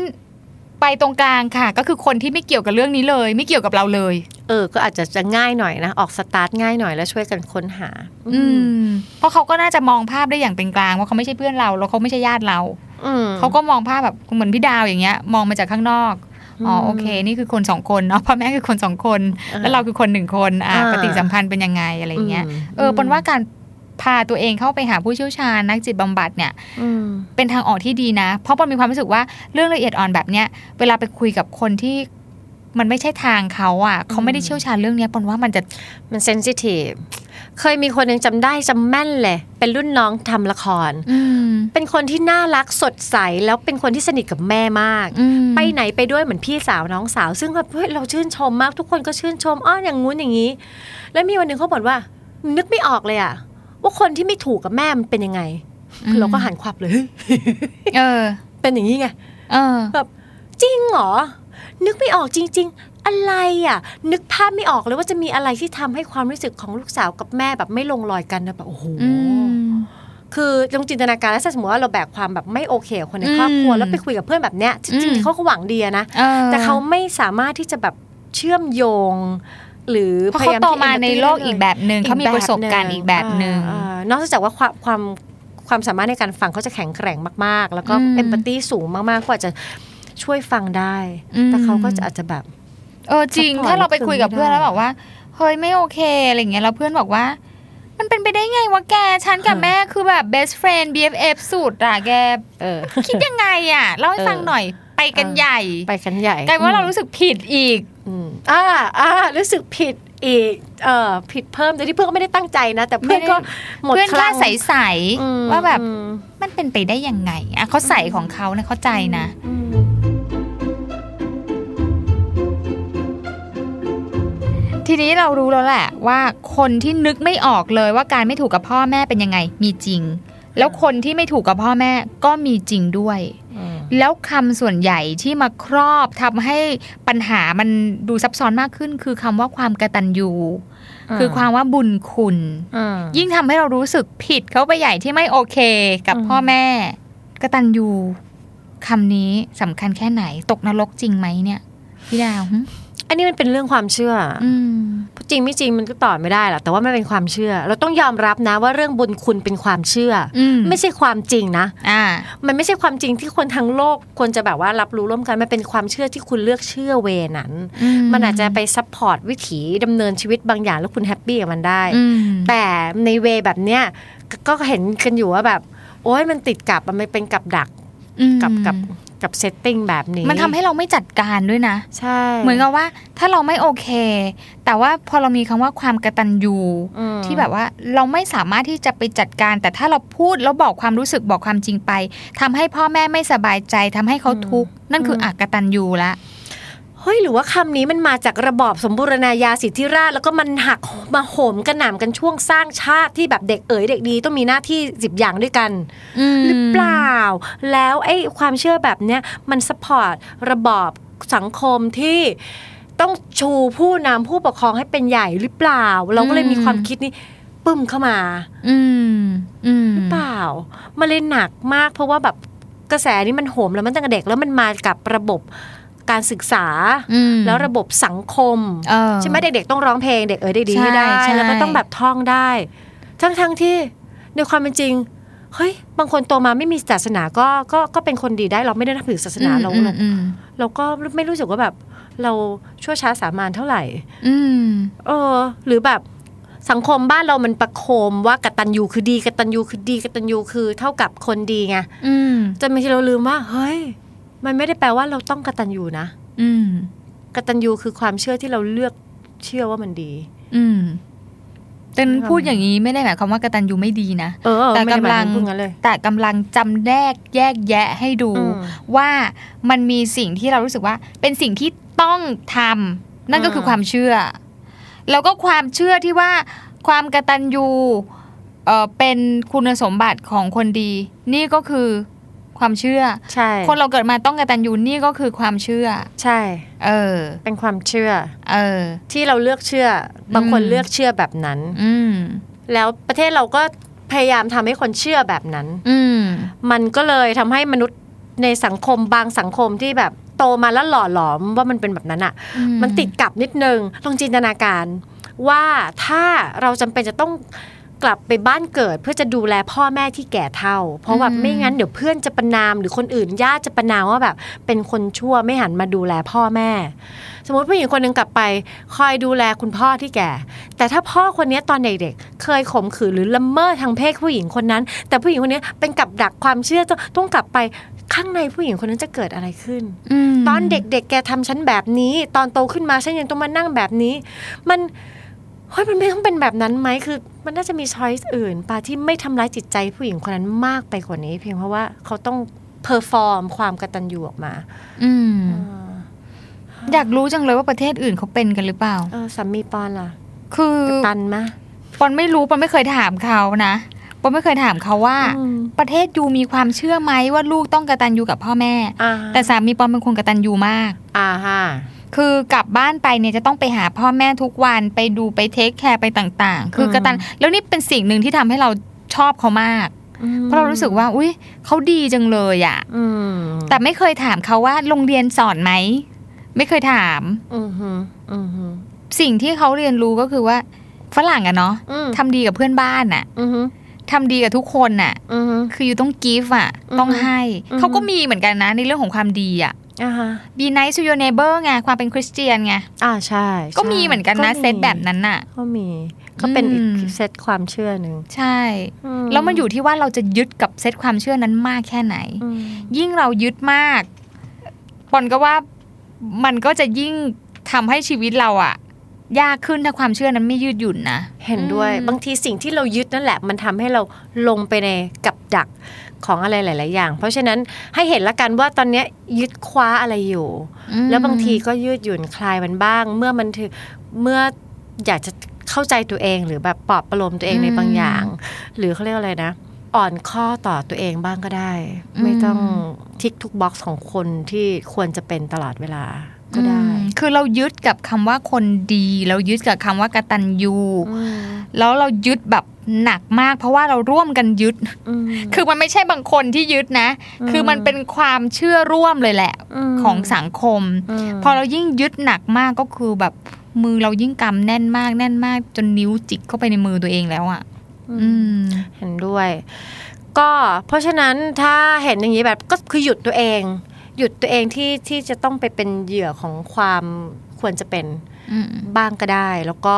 Speaker 2: ไปตรงกลางค่ะ ก็คือคนที่ไม่เกี่ยวกับเรื่องนี้เลย ไม่เกี่ยวกับเราเลย
Speaker 3: เออ ก็อาจจะจะง่ายหน่อยนะ ออกสตาร์ทง่ายหน่อยแล้วช่วยกันค้นหา
Speaker 2: อืม เพราะเขาก็น่าจะมองภาพได้อย่างเป็นกลางว่าเขาไม่ใช่เพื่อนเราแล้วเขาไม่ใช่ญาติเรา
Speaker 3: อืม
Speaker 2: เขาก็มองภาพแบบเหมือนพี่ดาวอย่างเงี้ย มองมาจากข้างนอกอ๋ออ
Speaker 3: ม
Speaker 2: โอเค นี่คือคนสองคนเนาะพ่อแม่คือคนสองคน
Speaker 3: อ่า
Speaker 2: แล้วเราคือคนหนึ่งคนอ่า
Speaker 3: อ่า
Speaker 2: ปฏิสัมพันธ์เป็นยังไงอะไรอย่างเงี้ย
Speaker 3: ม
Speaker 2: เออปนว่าการพาตัวเองเข้าไปหาผู้เชี่ยวชาญนักจิตบำบัดเนี่ย
Speaker 3: อืม
Speaker 2: เป็นทางออกที่ดีนะ เพราะปอนมีความรู้สึกว่าเรื่องละเอียดอ่อนแบบเนี้ย เวลาไปคุยกับคนที่มันไม่ใช่ทางเขาอ่ะ เขาไม่ได้เชี่ยวชาญเรื่องเนี้ยปอนว่ามันจะ
Speaker 3: มันเซนซิทีฟ เคยมีคนหนึ่งจำได้จำแม่นเลย เป็นรุ่นน้องทำละคร
Speaker 2: อืม
Speaker 3: เป็นคนที่น่ารักสดใสแล้วเป็นคนที่สนิทกับแม่มาก
Speaker 2: อืม
Speaker 3: ไปไหนไปด้วยเหมือนพี่สาวน้องสาว ซึ่งแบบเฮ้ยเราชื่นชมมากทุกคนก็ชื่นชมอ้ออย่างงู้นอย่างนี้ แล้วมีวันหนึ่งเขาบอกว่า นึกไม่ออกเลยอะว่าคนที่ไม่ถูกกับแม่มันเป็นยังไง
Speaker 2: อืม
Speaker 3: เราก็หันควับเลยเฮ้ย
Speaker 2: เออ
Speaker 3: เป็นอย่างนี้ไง
Speaker 2: เออ
Speaker 3: จริงเหรอ นึกไม่ออกจริง ๆ อะไรอ่ะ นึกภาพไม่ออกเลยว่าจะมีอะไรที่ทำให้ความรู้สึกของลูกสาวกับแม่แบบไม่ลงรอยกันนะแบบโอ้โห
Speaker 2: อืม
Speaker 3: คือลองจินตนาการแล้วถ้าสมมติว่าเราแบกความแบบไม่โอเคกับคนในครอบครัว
Speaker 2: อืม
Speaker 3: แล้วไปคุยกับเพื่อนแบบเนี้ยจริง
Speaker 2: อืม
Speaker 3: ๆเขาก็หวังดีอะนะ
Speaker 2: เออ
Speaker 3: แต่เขาไม่สามารถที่จะแบบเชื่อมโยง หรือ
Speaker 2: เพราะเขาโตมาในโลกอีกแบบหนึ่ง
Speaker 3: พยย
Speaker 2: เขา
Speaker 3: ที่
Speaker 2: มีประสบการณ์อีกแบบหนึ่ง
Speaker 3: อ่าอ่านอกจากว่าความความความสามารถในการฟังเขาจะแข็งแกร่งมาก ๆ แล้วก็
Speaker 2: อืม
Speaker 3: เอมพัตตีสูงมากๆกว่าจจะช่วยฟังได้
Speaker 2: อืม
Speaker 3: แต่เขาก็จะอาจจะแบบ
Speaker 2: เออจริง
Speaker 3: support
Speaker 2: ถ้าเราไปคุยกับ
Speaker 3: ลูกคุณ
Speaker 2: เพื่อน
Speaker 3: ไม่ได้
Speaker 2: แล้วแบบว่าเฮ้ยไม่โอเคอะไรเงี้ยแล้วเพื่อนบอกว่า มันเป็นไปได้ไงวะแกฉันกับแม่คือแบบ best friend BFF สุดอะแก
Speaker 3: เออ
Speaker 2: คิดยังไงอะเล่าให้ฟัง
Speaker 3: เออ
Speaker 2: หน่อยไปกันใหญ่
Speaker 3: ไปกันใหญ่
Speaker 2: กลายเป็นว่าเรารู้สึกผิดอีก
Speaker 3: อืมอ่าอ่ารู้สึกผิดอีกเออผิดเพิ่มโดยที่เพื่อนก็ไม่ได้ตั้งใจนะ แต่เพื่อนก็หมด
Speaker 2: เพื่อน
Speaker 3: ค
Speaker 2: กล้า
Speaker 3: ลั่ง
Speaker 2: ใส
Speaker 3: อืม
Speaker 2: ๆว่าแบบ
Speaker 3: อืม
Speaker 2: มันเป็นไปได้ยังไงอะเขาใส่ของเขานะเข้าใจนะ ทีนี้เรารู้แล้วแหละว่าคนที่นึกไม่ออกเลยว่าการไม่ถูกกับพ่อแม่เป็นยังไง มีจริง แล้วคนที่ไม่ถูกกับพ่อแม่ก็มีจริงด้วย แล้วคำส่วนใหญ่ที่มาครอบทำให้ปัญหามันดูซับซ้อนมากขึ้น คือคำว่าความกตัญญูคือความว่าบุญคุณ ยิ่งทำให้เรารู้สึกผิดเขาไปใหญ่ที่ไม่โอเคกับ
Speaker 3: อืม
Speaker 2: พ่อแม่กตัญญูคำนี้สำคัญแค่ไหน ตกนรกจริงไหมเนี่ยพี่ดาวหึ
Speaker 3: อันนี้มันเป็นเรื่องความเชื่ออ
Speaker 2: อืม
Speaker 3: จริงไม่จริงมันก็ตอบไม่ได้หรอกแต่ว่าไม่เป็นความเชื่อ เราต้องยอมรับนะว่าเรื่องบุญคุณเป็นความเชื่ออ
Speaker 2: อืม
Speaker 3: ไม่ใช่ความจริงนะ
Speaker 2: อ่า
Speaker 3: มันไม่ใช่ความจริงที่คนทั้งโลกควรจะแบบว่ารับรู้ร่วมกันมันเป็นความเชื่อที่คุณเลือกเชื่อเวนั้น มันอาจจะไปซัพพอร์ตวิถีดำเนินชีวิตบางอย่างแล้วคุณแฮปปี้กับมันได้
Speaker 2: อืม
Speaker 3: แต่ในเวแบบเนี้ยก็ก็เห็นกันอยู่ว่าแบบ โอ้ยมันติดกับมันเป็นกับดักกับกับกับเซตติ้งแบบนี้
Speaker 2: มันทำให้เราไม่จัดการด้วยนะ
Speaker 3: ใช่
Speaker 2: เหมือนกับว่าถ้าเราไม่โอเค แต่ว่าพอเรามีคำว่าความกระตันยู
Speaker 3: อืม
Speaker 2: ที่แบบว่าเราไม่สามารถที่จะไปจัดการ แต่ถ้าเราพูดแล้วบอกความรู้สึกบอกความจริงไปทำให้พ่อแม่ไม่สบายใจทำให้เขาทุกข์นั่นคือออักตันยูละ
Speaker 3: เฮ้ยหรือว่าคำนี้มันมาจากระบอบสมบูรณาญาสิทธิราชย์แล้วก็มันหักมาโหมกระหน่ำกันช่วงสร้างชาติที่แบบเด็กเอ๋ยเด็กดีต้องมีหน้าที่สิบอย่างด้วยกัน หรือเปล่า แล้วไอ้ความเชื่อแบบเนี้ยมันสปอร์ตระบอบสังคมที่ต้องชูผู้นำผู้ปกครองให้เป็นใหญ่หรือเปล่า เราก็เลยมีความคิดนี้ปึ้มเข้ามา
Speaker 2: อืมอืม
Speaker 3: เปล่ามันเลยหนักมากเพราะว่าแบบกระแสนี้มันโหมแล้วมันตั้งแต่เด็กแล้วมันมากับระบบการศึกษา
Speaker 2: อืม
Speaker 3: แล้วระบบสังคม
Speaker 2: เออ
Speaker 3: ใช่ไหมเด็กๆต้องร้องเพลงเด็กเอ๋ยเด็กดี
Speaker 2: ใช่
Speaker 3: ไม่ได้
Speaker 2: ใช่
Speaker 3: แล้วก็ต้องแบบท่องได้ ทั้งๆที่ในความเป็นจริงเฮ้ยบางคนโตมาไม่มีศาสนาก็ก็ก็เป็นคนดีได้เราไม่ได้นับถือศาสนาเรา
Speaker 2: อืม
Speaker 3: เรา
Speaker 2: อืม
Speaker 3: เราก็ไม่รู้สึกว่าแบบ เราชั่วช้าสามานเท่าไหร่
Speaker 2: อืม
Speaker 3: เออ หรือแบบสังคมบ้านเรามันประโคมว่ากตัญญูคือดีกตัญญูคือดีกตัญญูคือเท่ากับคนดีไง
Speaker 2: อืม
Speaker 3: จนบางทีเราลืมว่า เฮ้ย มันไม่ได้แปลว่าเราต้องกตัญญูนะ
Speaker 2: อืม
Speaker 3: กตัญญูคือความเชื่อที่เราเลือกเชื่อว่ามันดี
Speaker 2: อืมแต่นั้นพูดอย่างนี้ไม่ได้หมายความว่ากตันยูไม่ดีนะ
Speaker 3: เออ
Speaker 2: แต่
Speaker 3: ไม่ได้หมาย
Speaker 2: กำลัง
Speaker 3: ถึพูดงั้นเลย
Speaker 2: แต่กำลังจำแนกแยกแยะให้ดู
Speaker 3: อืม
Speaker 2: ว่ามันมีสิ่งที่เรารู้สึกว่าเป็นสิ่งที่ต้องทำนั่นก็คือ
Speaker 3: ม
Speaker 2: ความเชื่อ แล้วก็ความเชื่อที่ว่าความกระตันยูเอ่อเป็นคุณสมบัติของคนดี นี่ก็คือความเชื่อ
Speaker 3: ใช่
Speaker 2: คนเราเกิดมาต้องกระตันยูนี่ก็คือความเชื่อ
Speaker 3: ใช่
Speaker 2: เออ
Speaker 3: เป็นความเชื่อ
Speaker 2: เออ
Speaker 3: ที่เราเลือกเชื่อ บางคน
Speaker 2: อืม
Speaker 3: เลือกเชื่อแบบนั้น
Speaker 2: อืม
Speaker 3: แล้วประเทศเราก็พยายามทำให้คนเชื่อแบบนั้น
Speaker 2: อืม
Speaker 3: มันก็เลยทำให้มนุษย์ในสังคมบางสังคมที่แบบโตมาแล้วหล่อหลอมว่ามันเป็นแบบนั้นอะ่ะ
Speaker 2: อืม
Speaker 3: มันติดกับนิดนึงลองจินตนาการ ว่าถ้าเราจำเป็นจะต้องกลับไปบ้านเกิด เพื่อจะดูแลพ่อแม่ที่แก่เท่า เพราะแบบไม่งั้นเดี๋ยวเพื่อนจะประนามหรือคนอื่นญาติจะประนามว่าแบบ เป็นคนชั่วไม่หันมาดูแลพ่อแม่ สมมติผู้หญิงคนหนึ่งกลับไป คอยดูแลคุณพ่อที่แก่ แต่ถ้าพ่อคนนี้ตอนเด็กๆ เคยข่มขืนหรือละเมิดทางเพศผู้หญิงคนนั้น แต่ผู้หญิงคนนี้เป็นกับดักความเชื่อต้องต้องกลับไปข้างในผู้หญิงคนนั้นจะเกิดอะไรขึ้น
Speaker 2: ม
Speaker 3: ตอนเด็กๆ แกทำฉันแบบนี้ ตอนโตขึ้นมาฉันยังต้องมานั่งแบบนี้ มัน เฮ้ยมันไม่ต้องเป็นแบบนั้นไหมคือ มันน่าจะมีช้อยส์อื่นปาที่ไม่ทำร้ายจิตใจผู้หญิงคนนั้นมากไปกว่านี้ เพียงเพราะว่าเขาต้องเพอร์ฟอร์มความกตัญญูออกมา
Speaker 2: อืม
Speaker 3: เออ
Speaker 2: อยากรู้จังเลยว่าประเทศอื่นเขาเป็นกันหรือเปล่า
Speaker 3: เออสามีปอนล่ะ
Speaker 2: คือ
Speaker 3: ตันมะ
Speaker 2: ปอนไม่รู้ปอนไม่เคยถามเขานะปอนไม่เคยถามเขาว่า
Speaker 3: อืม
Speaker 2: ประเทศยูมีความเชื่อไหมว่าลูกต้องกระตันยูกับพ่อแม่
Speaker 3: อ่า
Speaker 2: แต่สามีปอนเป็นคนกระตันยูมาก
Speaker 3: อ่าฮะ
Speaker 2: คือกลับบ้านไปเนี่ยจะต้องไปหาพ่อแม่ทุกวันไปดูไปเทคแคร์ไปต่างๆ คือกระตัน แล้วนี่เป็นสิ่งหนึ่งที่ทำให้เราชอบเขามาก
Speaker 3: อืม
Speaker 2: เพราะเรารู้สึกว่า อุ้ยเขาดีจังเลยอะ
Speaker 3: อืม
Speaker 2: แต่ไม่เคยถามเขาว่าโรงเรียนสอนไหม ไม่เคยถาม
Speaker 3: อืมฮึอืมฮึ
Speaker 2: สิ่งที่เขาเรียนรู้ก็คือว่า ฝรั่งอะเนาะ
Speaker 3: อืม
Speaker 2: ทำดีกับเพื่อนบ้านอะ
Speaker 3: อืมฮึ
Speaker 2: ทำดีกับทุกคนอะ
Speaker 3: อืมฮึ
Speaker 2: คืออยู่ต้องกีฟอะ
Speaker 3: อืม
Speaker 2: ต้องให้
Speaker 3: อืม
Speaker 2: เขาก็มีเหมือนกันนะในเรื่องของความดีอะ
Speaker 3: อ่าฮะ
Speaker 2: be nice to your neighbor ไงความเป็นคริสเตียนไง
Speaker 3: อ่าใช่ใช่
Speaker 2: ก็มีเหมือนกันนะ
Speaker 3: มี
Speaker 2: เซตแบบนั้นน่ะ
Speaker 3: ก็มีก็เป็นอีก
Speaker 2: อืม
Speaker 3: เซตความเชื่อหนึ่ง
Speaker 2: ใช่ แล้วมันอยู่ที่ว่าเราจะยึดกับเซตความเชื่อนั้นมากแค่ไหน
Speaker 3: อืม
Speaker 2: ยิ่งเรายึดมากปอนก็ว่ามันก็จะยิ่งทำให้ชีวิตเราอะยากขึ้นถ้าความเชื่อนั้นไม่ยืดหยุ่นนะ
Speaker 3: เห็นด้วย
Speaker 2: อืม
Speaker 3: บางทีสิ่งที่เรายึดนั่นแหละ มันทำให้เราลงไปในกับดักของอะไรหลาย ๆ อย่าง เพราะฉะนั้นให้เห็นละกันว่าตอนเนี้ยยึดคว้าอะไรอยู่
Speaker 2: อืม
Speaker 3: แล้วบางทีก็ยืดหยุ่นคลายมันบ้าง เมื่อมันถึงเมื่ออยากจะเข้าใจตัวเองหรือแบบปลอบประโลมตัวเองในบางอย่าง หรือเขาเรียกว่าอะไรนะ อ่อนข้อต่อตัวเองบ้างก็ได้ ไม่ต้องทิกทุกบ็อกซ์ของคนที่ควรจะเป็นตลอดเวลาก็ได้
Speaker 2: อืมคือเรายึดกับคำว่าคนดี เรายึดกับคำว่ากตัญญู
Speaker 3: อืม
Speaker 2: แล้วเรายึดแบบหนักมาก เพราะว่าเราร่วมกันยึด
Speaker 3: ม
Speaker 2: คือมันไม่ใช่บางคนที่ยึดนะ
Speaker 3: อืม
Speaker 2: คือมันเป็นความเชื่อร่วมเลยแหละ
Speaker 3: ม
Speaker 2: ของสังคม
Speaker 3: ม
Speaker 2: พอเรายิ่งยึดหนักมากก็คือแบบมือเรายิ่งกำแน่นมากแน่นมากจนนิ้วจิกเข้าไปในมือตัวเองแล้วอะ่ะ อืม
Speaker 3: เห็นด้วย ก็เพราะฉะนั้นถ้าเห็นอย่างนี้แบบก็คือหยุดตัวเอง หยุดตัวเองที่ที่จะต้องไปเป็นเหยื่อของความควรจะเป็น
Speaker 2: อืม
Speaker 3: บ้างก็ได้ แล้วก็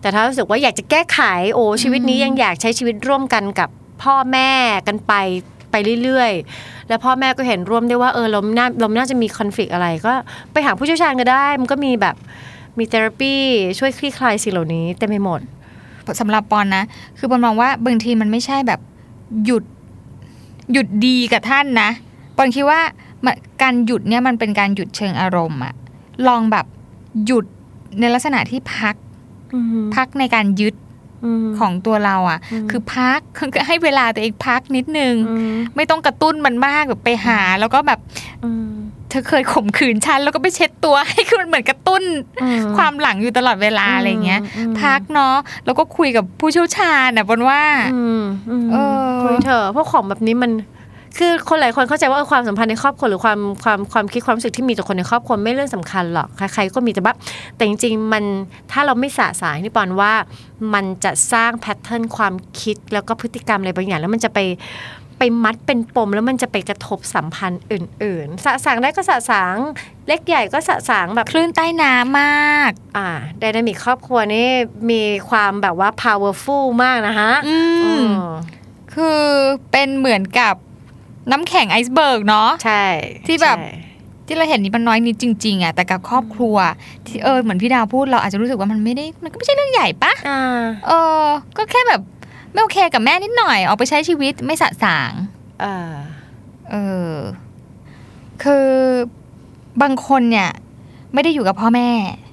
Speaker 3: แต่ถ้ารู้สึกว่าอยากจะแก้ไขโอ้ชีวิตนี้ยังอยากใช้ชีวิตร่วมกันกับพ่อแม่กันไปไปเรื่อยๆ แล้วพ่อแม่ก็เห็นร่วมได้วยว่าเออเราน่าเราน่าจะมีคอน FLICT อะไรก็ไปหาผู้เชี่ยวชาญก็ได้ มันก็มีแบบมีเทอราปีช่วยคลี่คลายสิ่งเหล่านี้เต็มไปหมด
Speaker 2: สำหรับปอนนะ คือปอนมองว่าบางทีมันไม่ใช่แบบหยุดหยุดดีกับท่านนะปอนคิดว่ามันการหยุดเนี่ยมันเป็นการหยุดเชิงอารมณ์อะลองแบบหยุดในลักษณะที่พักพักในการยึดของตัวเราอะ่ะ
Speaker 3: อืม
Speaker 2: คือพัก คือให้เวลาตัวเองพักนิดนึง
Speaker 3: อืม
Speaker 2: ไม่ต้องกระตุ้นมันมากแบบไปหา แล้วก็แบบ
Speaker 3: อืม
Speaker 2: เธอเคยข่มขืนฉันแล้วก็ไปเช็ดตัว ให้คือมันเหมือนกระตุ้น
Speaker 3: อื
Speaker 2: ความหลังอยู่ตลอดเวลาอะไรอย่างเงี้ย
Speaker 3: อืม
Speaker 2: พักเนาะแล้วก็คุยกับผู้เชี่ยวชาญนะบนว่า
Speaker 3: อืมอืม
Speaker 2: เออ
Speaker 3: คุยเถอะเพราะของแบบนี้มัน คือคนหลายคนเข้าใจว่าเออความสัมพันธ์ในครอบครัวหรือความความความคิดความรู้สึกที่มีต่อคนในครอบครัวไม่เรื่องสำคัญหรอกใครๆก็มีแต่ว่าแต่จริงๆมันถ้าเราไม่สะสายนี่ปอนว่ามันจะสร้างแพทเทิร์นความคิดแล้วก็พฤติกรรมอะไรบางอย่าง แล้วมันจะไปไปมัดเป็นปม แล้วมันจะไปกระทบสัมพันธ์อื่น ๆ สะสางได้ก็สะสางเล็กใหญ่ก็สะสางแบบ
Speaker 2: คลื่นใต้น้ำมาก
Speaker 3: อ่าไดนามิกครอบครัวนี่มีความแบบว่า powerful มากนะฮะ
Speaker 2: อื
Speaker 3: อื
Speaker 2: ม
Speaker 3: ม
Speaker 2: คือเป็นเหมือนกับน้ำแข็งไอซ์เบิร์กเนาะ
Speaker 3: ใช่
Speaker 2: ที่แบบ
Speaker 3: ใช่
Speaker 2: ที่เราเห็นนี่มันน้อยนิดจริงๆอะแต่กับครอบครัว ที่เออเหมือนพี่ดาวพูดเราอาจจะรู้สึกว่ามันไม่ได้มันก็ไม่ใช่เรื่องใหญ่ปะ
Speaker 3: อ่า
Speaker 2: เออ ก็แค่แบบไม่โอเคกับแม่นิดหน่อยออกไปใช้ชีวิตไม่สะสาง
Speaker 3: เออ
Speaker 2: เออ คือบางคนเนี่ย ไม่ได้อยู่กับพ่อแม่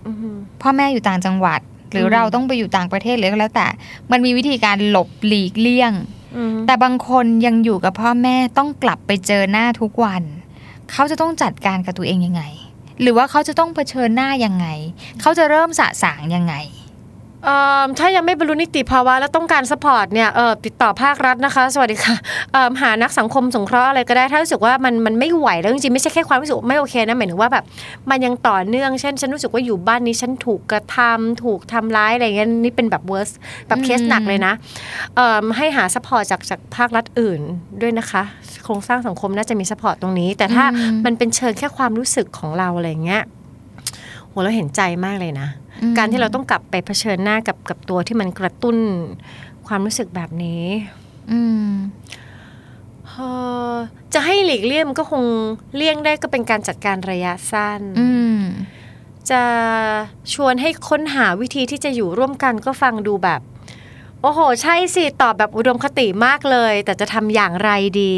Speaker 3: อือหือ
Speaker 2: พ่อแม่อยู่ต่างจังหวัด หรืออ
Speaker 3: ม
Speaker 2: เราต้องไปอยู่ต่างประเทศหรือก็แล้วแต่ มันมีวิธีการหลบหลีกเลี่ยง
Speaker 3: อือหือ
Speaker 2: แต่บางคนยังอยู่กับพ่อแม่ต้องกลับไปเจอหน้าทุกวัน เขาจะต้องจัดการกับตัวเองยังไง หรือว่าเขาจะต้องเผชิญหน้ายังไง เขาจะเริ่มสะสางยังไง
Speaker 3: เอิ่มถ้ายังไม่บรรลุนิติภาวะแล้วต้องการสปอร์ตเนี่ยเออติดต่อภาครัฐนะคะ สวัสดีค่ะเออหานักสังคมสงเคราะห์อะไรก็ได้ ถ้ารู้สึกว่ามันมันไม่ไหวแล้วจริงๆไม่ใช่แค่ความรู้สึกไม่โอเคนะหมายถึงว่าแบบมันยังต่อเนื่องเช่นฉันรู้สึกว่าอยู่บ้านนี้ฉันถูกกระทำถูกทำร้ายอะไรอย่างเงี้ยนี่เป็นแบบ worst แบบเคสหนักเลยนะ เอิ่มให้หาซัพพอร์ตจากจากภาครัฐอื่นด้วยนะคะ โครงสร้างสังคมน่าจะมีซัพพอร์ตตรงนี้ แต่ถ้า
Speaker 2: อืม
Speaker 3: มันเป็นเชิงแค่ความรู้สึกของเราอะไรอย่างเงี้ยโหเราเห็นใจมากเลยนะ การที่เราต้องกลับไปเผชิญหน้ากับกับตัวที่มันกระตุ้นความรู้สึกแบบนี้
Speaker 2: อืม
Speaker 3: เอ่อจะให้หลีกเลี่ยงมันก็คงเลี่ยงได้ก็เป็นการจัดการระยะสั้น
Speaker 2: อืม
Speaker 3: จะชวนให้ค้นหาวิธีที่จะอยู่ร่วมกันก็ฟังดูแบบ โอ้โห ใช่สิ ตอบแบบอุดมคติมากเลย แต่จะทำอย่างไรดี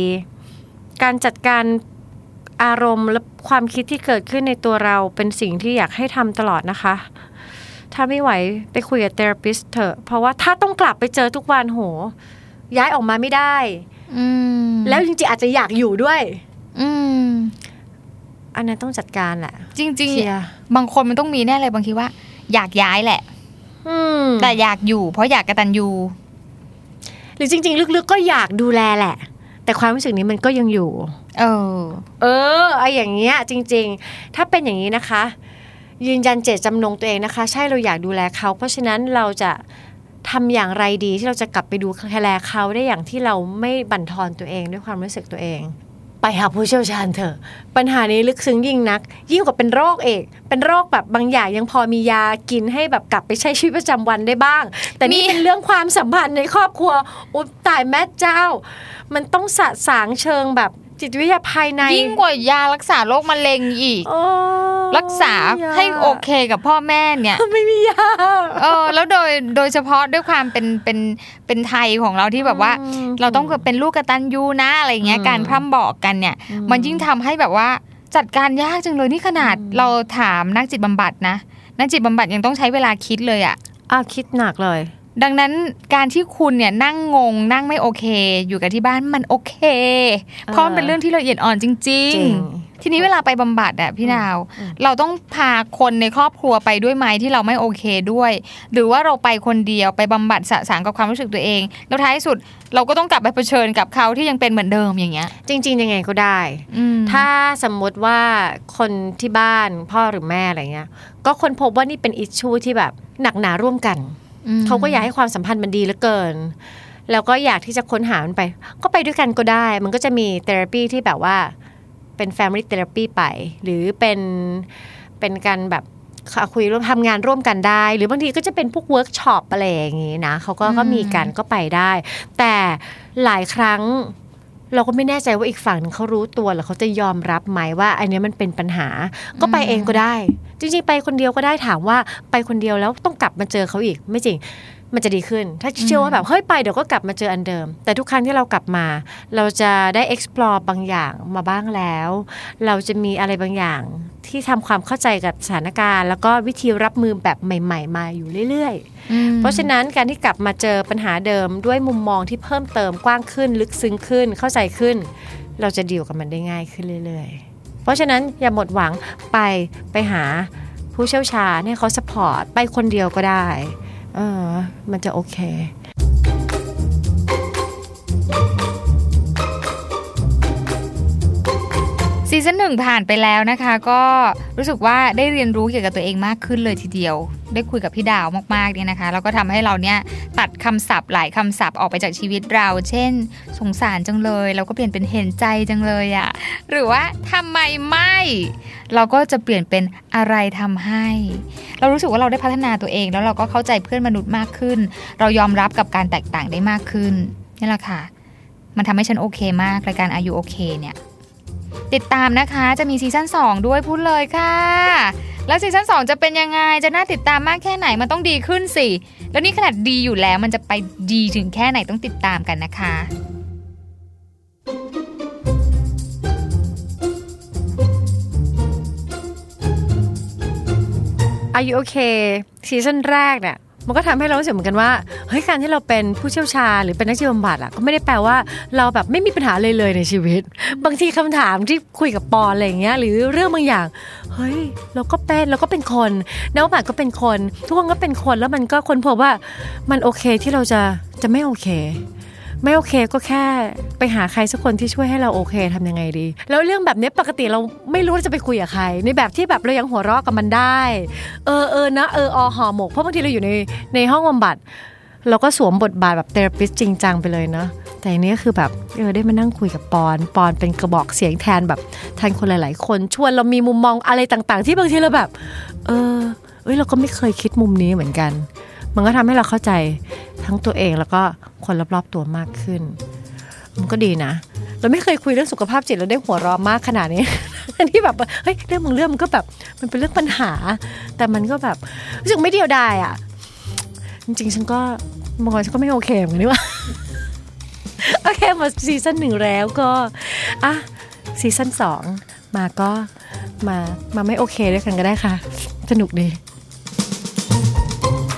Speaker 3: การจัดการอารมณ์และความคิดที่เกิดขึ้นในตัวเราเป็นสิ่งที่อยากให้ทำตลอดนะคะ ถ้าไม่ไหวไปคุยกับเทอราปิสเถอะ เพราะว่าถ้าต้องกลับไปเจอทุกวันโห ย้ายออกมาไม่ได้
Speaker 2: อืม
Speaker 3: แล้วจริงๆอาจจะอยากอยู่ด้วย
Speaker 2: อืม
Speaker 3: อันนั้นต้องจัดการแหละ
Speaker 2: จริง
Speaker 3: เคลียร์
Speaker 2: ๆ บางคนมันต้องมีแน่เลยบางทีว่า อยากย้ายแหละ
Speaker 3: อืม
Speaker 2: แต่อยากอยู่ เพราะอยากกระตันยู
Speaker 3: หรือจริง ๆ ลึกๆก็อยากดูแลแหละ แต่ความรู้สึกนี้มันก็ยังอยู่
Speaker 2: เออ
Speaker 3: เออไออย่างเงี้ยจริง ๆ ถ้าเป็นอย่างนี้นะคะ ยืนยันเจตจำนงตัวเองนะคะ ใช่เราอยากดูแลเขา เพราะฉะนั้นเราจะทำอย่างไรดีที่เราจะกลับไปดูแลเขาได้อย่างที่เราไม่บั่นทอนตัวเองด้วยความรู้สึกตัวเอง ไปหาผู้เชี่ยวชาญเถอะ ปัญหานี้ลึกซึ้งยิ่งนัก ยิ่งกว่าเป็นโรคเอก เป็นโรคแบบบางอย่างยังพอมียากินให้แบบกลับไปใช้ชีวิตประจำวันได้บ้าง แต่นี่
Speaker 2: มี
Speaker 3: เป็นเรื่องความสัมพันธ์ในครอบครัวอุ๊ยตายแม่เจ้า มันต้องสะสางเชิงแบบจิตวิทยาภายใน
Speaker 2: ยิ่งกว่ายารักษาโรคมะเร็งอีก
Speaker 3: โอ้ย
Speaker 2: รักษาให้โอเคกับพ่อแม่เนี่ย
Speaker 3: ไม่มียา
Speaker 2: เออแล้วโดยโดยเฉพาะด้วยความเป็นเป็นเป็นไทยของเราที่แบบว่า
Speaker 3: อืม
Speaker 2: เราต้องเป็นลูกกตัญญูนะอะไรเงี้ย
Speaker 3: อืม
Speaker 2: การพร่ำบอกกันเนี่ย
Speaker 3: อืม
Speaker 2: มันยิ่งทำให้แบบว่าจัดการยากจังเลยนี่ขนาด
Speaker 3: อืม
Speaker 2: เราถามนักจิตบำบัดนะนักจิตบำบัดยังต้องใช้เวลาคิดเลยอะ่ะ
Speaker 3: อ้าวคิดหนักเลย
Speaker 2: ดังนั้นการที่คุณเนี่ยนั่งงง นั่งไม่โอเค อยู่กับที่บ้านมันโอเค เพราะมันเป็นเรื่องที่ละเอียดอ่อนจริง
Speaker 3: จริง
Speaker 2: ๆ ทีนี้เวลาไปบำบัดอะพี่
Speaker 3: อืม
Speaker 2: นาว
Speaker 3: อืม
Speaker 2: เราต้องพาคนในครอบครัวไปด้วยไหมที่เราไม่โอเคด้วย หรือว่าเราไปคนเดียวไปบำบัดสะสางกับความรู้สึกตัวเอง แล้วท้ายสุดเราก็ต้องกลับไปเผชิญกับเขาที่ยังเป็นเหมือนเดิมอย่างเงี้ย
Speaker 3: จริง ๆ ยังไงก็ได้
Speaker 2: อืม
Speaker 3: ถ้าสมมติว่าคนที่บ้านพ่อหรือแม่อะไรเงี้ย ก็คนพบว่านี่เป็นอิชชูที่แบบหนักหนาร่วมกัน
Speaker 2: อืม
Speaker 3: เขาก็อยากให้ความสัมพันธ์มันดีเหลือเกิน แล้วก็อยากที่จะค้นหามันไป ก็ไปด้วยกันก็ได้ มันก็จะมีเทอราปีที่แบบว่าเป็น Family Therapy ไป หรือเป็นเป็นการแบบคุยร่วมทำงานร่วมกันได้ หรือบางทีก็จะเป็นพวกเวิร์กช็อปอะไรอย่างนี้นะเขาก็ก็มีกันก็ไปได้ แต่หลายครั้งเราก็ไม่แน่ใจว่าอีกฝั่งหนึ่งเขารู้ตัวหรือเขาจะยอมรับไหมว่าอันเนี้ยมันเป็นปัญหา ก็ไปเองก็ได้ จริง ๆ ไปคนเดียวก็ได้ถามว่าไปคนเดียวแล้วต้องกลับมาเจอเขาอีก ไม่จริง มันจะดีขึ้น ถ้าเชื่อว่าแบบเฮ้ยไปเดี๋ยวก็กลับมาเจออันเดิม แต่ทุกครั้งที่เรากลับมา เราจะได้ explore บางอย่างมาบ้างแล้ว เราจะมีอะไรบางอย่างที่ทำความเข้าใจกับสถานการณ์ แล้วก็วิธีรับมือแบบใหม่ ๆ มาอยู่เรื่อยๆ
Speaker 2: อืม
Speaker 3: เพราะฉะนั้นการที่กลับมาเจอปัญหาเดิมด้วยมุมมองที่เพิ่มเติมกว้างขึ้น ลึกซึ้งขึ้น เข้าใจขึ้น เราจะดีลกับมันได้ง่ายขึ้นเรื่อยๆ เพราะฉะนั้นอย่าหมดหวังไปไปหาผู้เชี่ยวชาญให้เขาสปอร์ตไปคนเดียวก็ได้เออมันจะโอเค
Speaker 2: ซีซั่นหนึ่งผ่านไปแล้วนะคะ ก็รู้สึกว่าได้เรียนรู้เกี่ยวกับตัวเองมากขึ้นเลยทีเดียว ได้คุยกับพี่ดาวมากๆเนี่ยนะคะแล้วก็ทำให้เราเนี่ยตัดคำศัพท์หลายคำศัพท์ออกไปจากชีวิตเรา เช่น สงสารจังเลย เราก็เปลี่ยนเป็นเห็นใจจังเลยอะหรือว่าทำไมไม่ เราก็จะเปลี่ยนเป็นอะไรทำให้ เรารู้สึกว่าเราได้พัฒนาตัวเอง แล้วเราก็เข้าใจเพื่อนมนุษย์มากขึ้น เรายอมรับกับการแตกต่างได้มากขึ้นนี่แหละค่ะ มันทำให้ฉันโอเคมากรายการอายุโอเคเนี่ย ติดตามนะคะจะมีซีซั่น2 ด้วยพูดเลยค่ะ แล้วซีซั่น2 จะเป็นยังไง จะน่าติดตามมากแค่ไหน มันต้องดีขึ้นสิ แล้วนี่ขนาดดีอยู่แล้วมันจะไปดีถึงแค่ไหนต้องติดตามกันนะคะ
Speaker 3: อายุโอเคซีซั่นแรกเนี่ยมันก็ทำให้เรารู้สึกเหมือนกันว่าเฮ้ยการที่เราเป็นผู้เชี่ยวชาญหรือเป็นนักจิตบำบัดอะก็ไม่ได้แปลว่าเราแบบไม่มีปัญหาเลยเลยในชีวิต บางทีคำถามที่คุยกับปอนอะไรอย่างเงี้ยหรือเรื่องบางอย่างเฮ้ยเราก็เป็นเราก็เป็นคนนักบำบัดก็เป็นคน ทุกคนก็เป็นคนแล้วมันก็ค้นพบว่ามันโอเคที่เราจะจะไม่โอเค ไม่โอเคก็แค่ไปหาใครสักคนที่ช่วยให้เราโอเคทำยังไงดี แล้วเรื่องแบบเนี้ยปกติเราไม่รู้ว่าจะไปคุยกับใคร ในแบบที่แบบเรายังหัวเราะกับมันได้ เออเออนะเออออห่อหมก เพราะบางทีเราอยู่ในในห้องบำบัด เราก็สวมบทบาทแบบเทอราปิสจริงจังไปเลยเนาะแต่อันนี้ก็คือแบบเออได้มานั่งคุยกับปอนปอนเป็นกระบอกเสียงแทนแบบแทนคนหลาย ๆ คนชวนเรามีมุมมองอะไรต่างๆ ที่บางทีเราแบบ เออเอ้ยเราก็ไม่เคยคิดมุมนี้เหมือนกัน มันก็ทำให้เราเข้าใจทั้งตัวเองแล้วก็คนรอบๆตัวมากขึ้น มันก็ดีนะ เราไม่เคยคุยเรื่องสุขภาพจิตเราได้หัวเร้อมากขนาดนี้ อันที่แบบเฮ้ยเรื่องบางเรื่องมันก็แบบมันเป็นเรื่องปัญหา แต่มันก็แบบรู้สึกไม่เดียวดายอ่ะ จริงๆฉันก็บางวันฉันก็ไม่โอเคเหมือนกันนี่ว่า โอเคหมดซีซั่นหนึ่งแล้วก็อ่ะซีซั่นสองมาก็มามาไม่โอเคด้วยกันก็ได้ค่ะ สนุกดี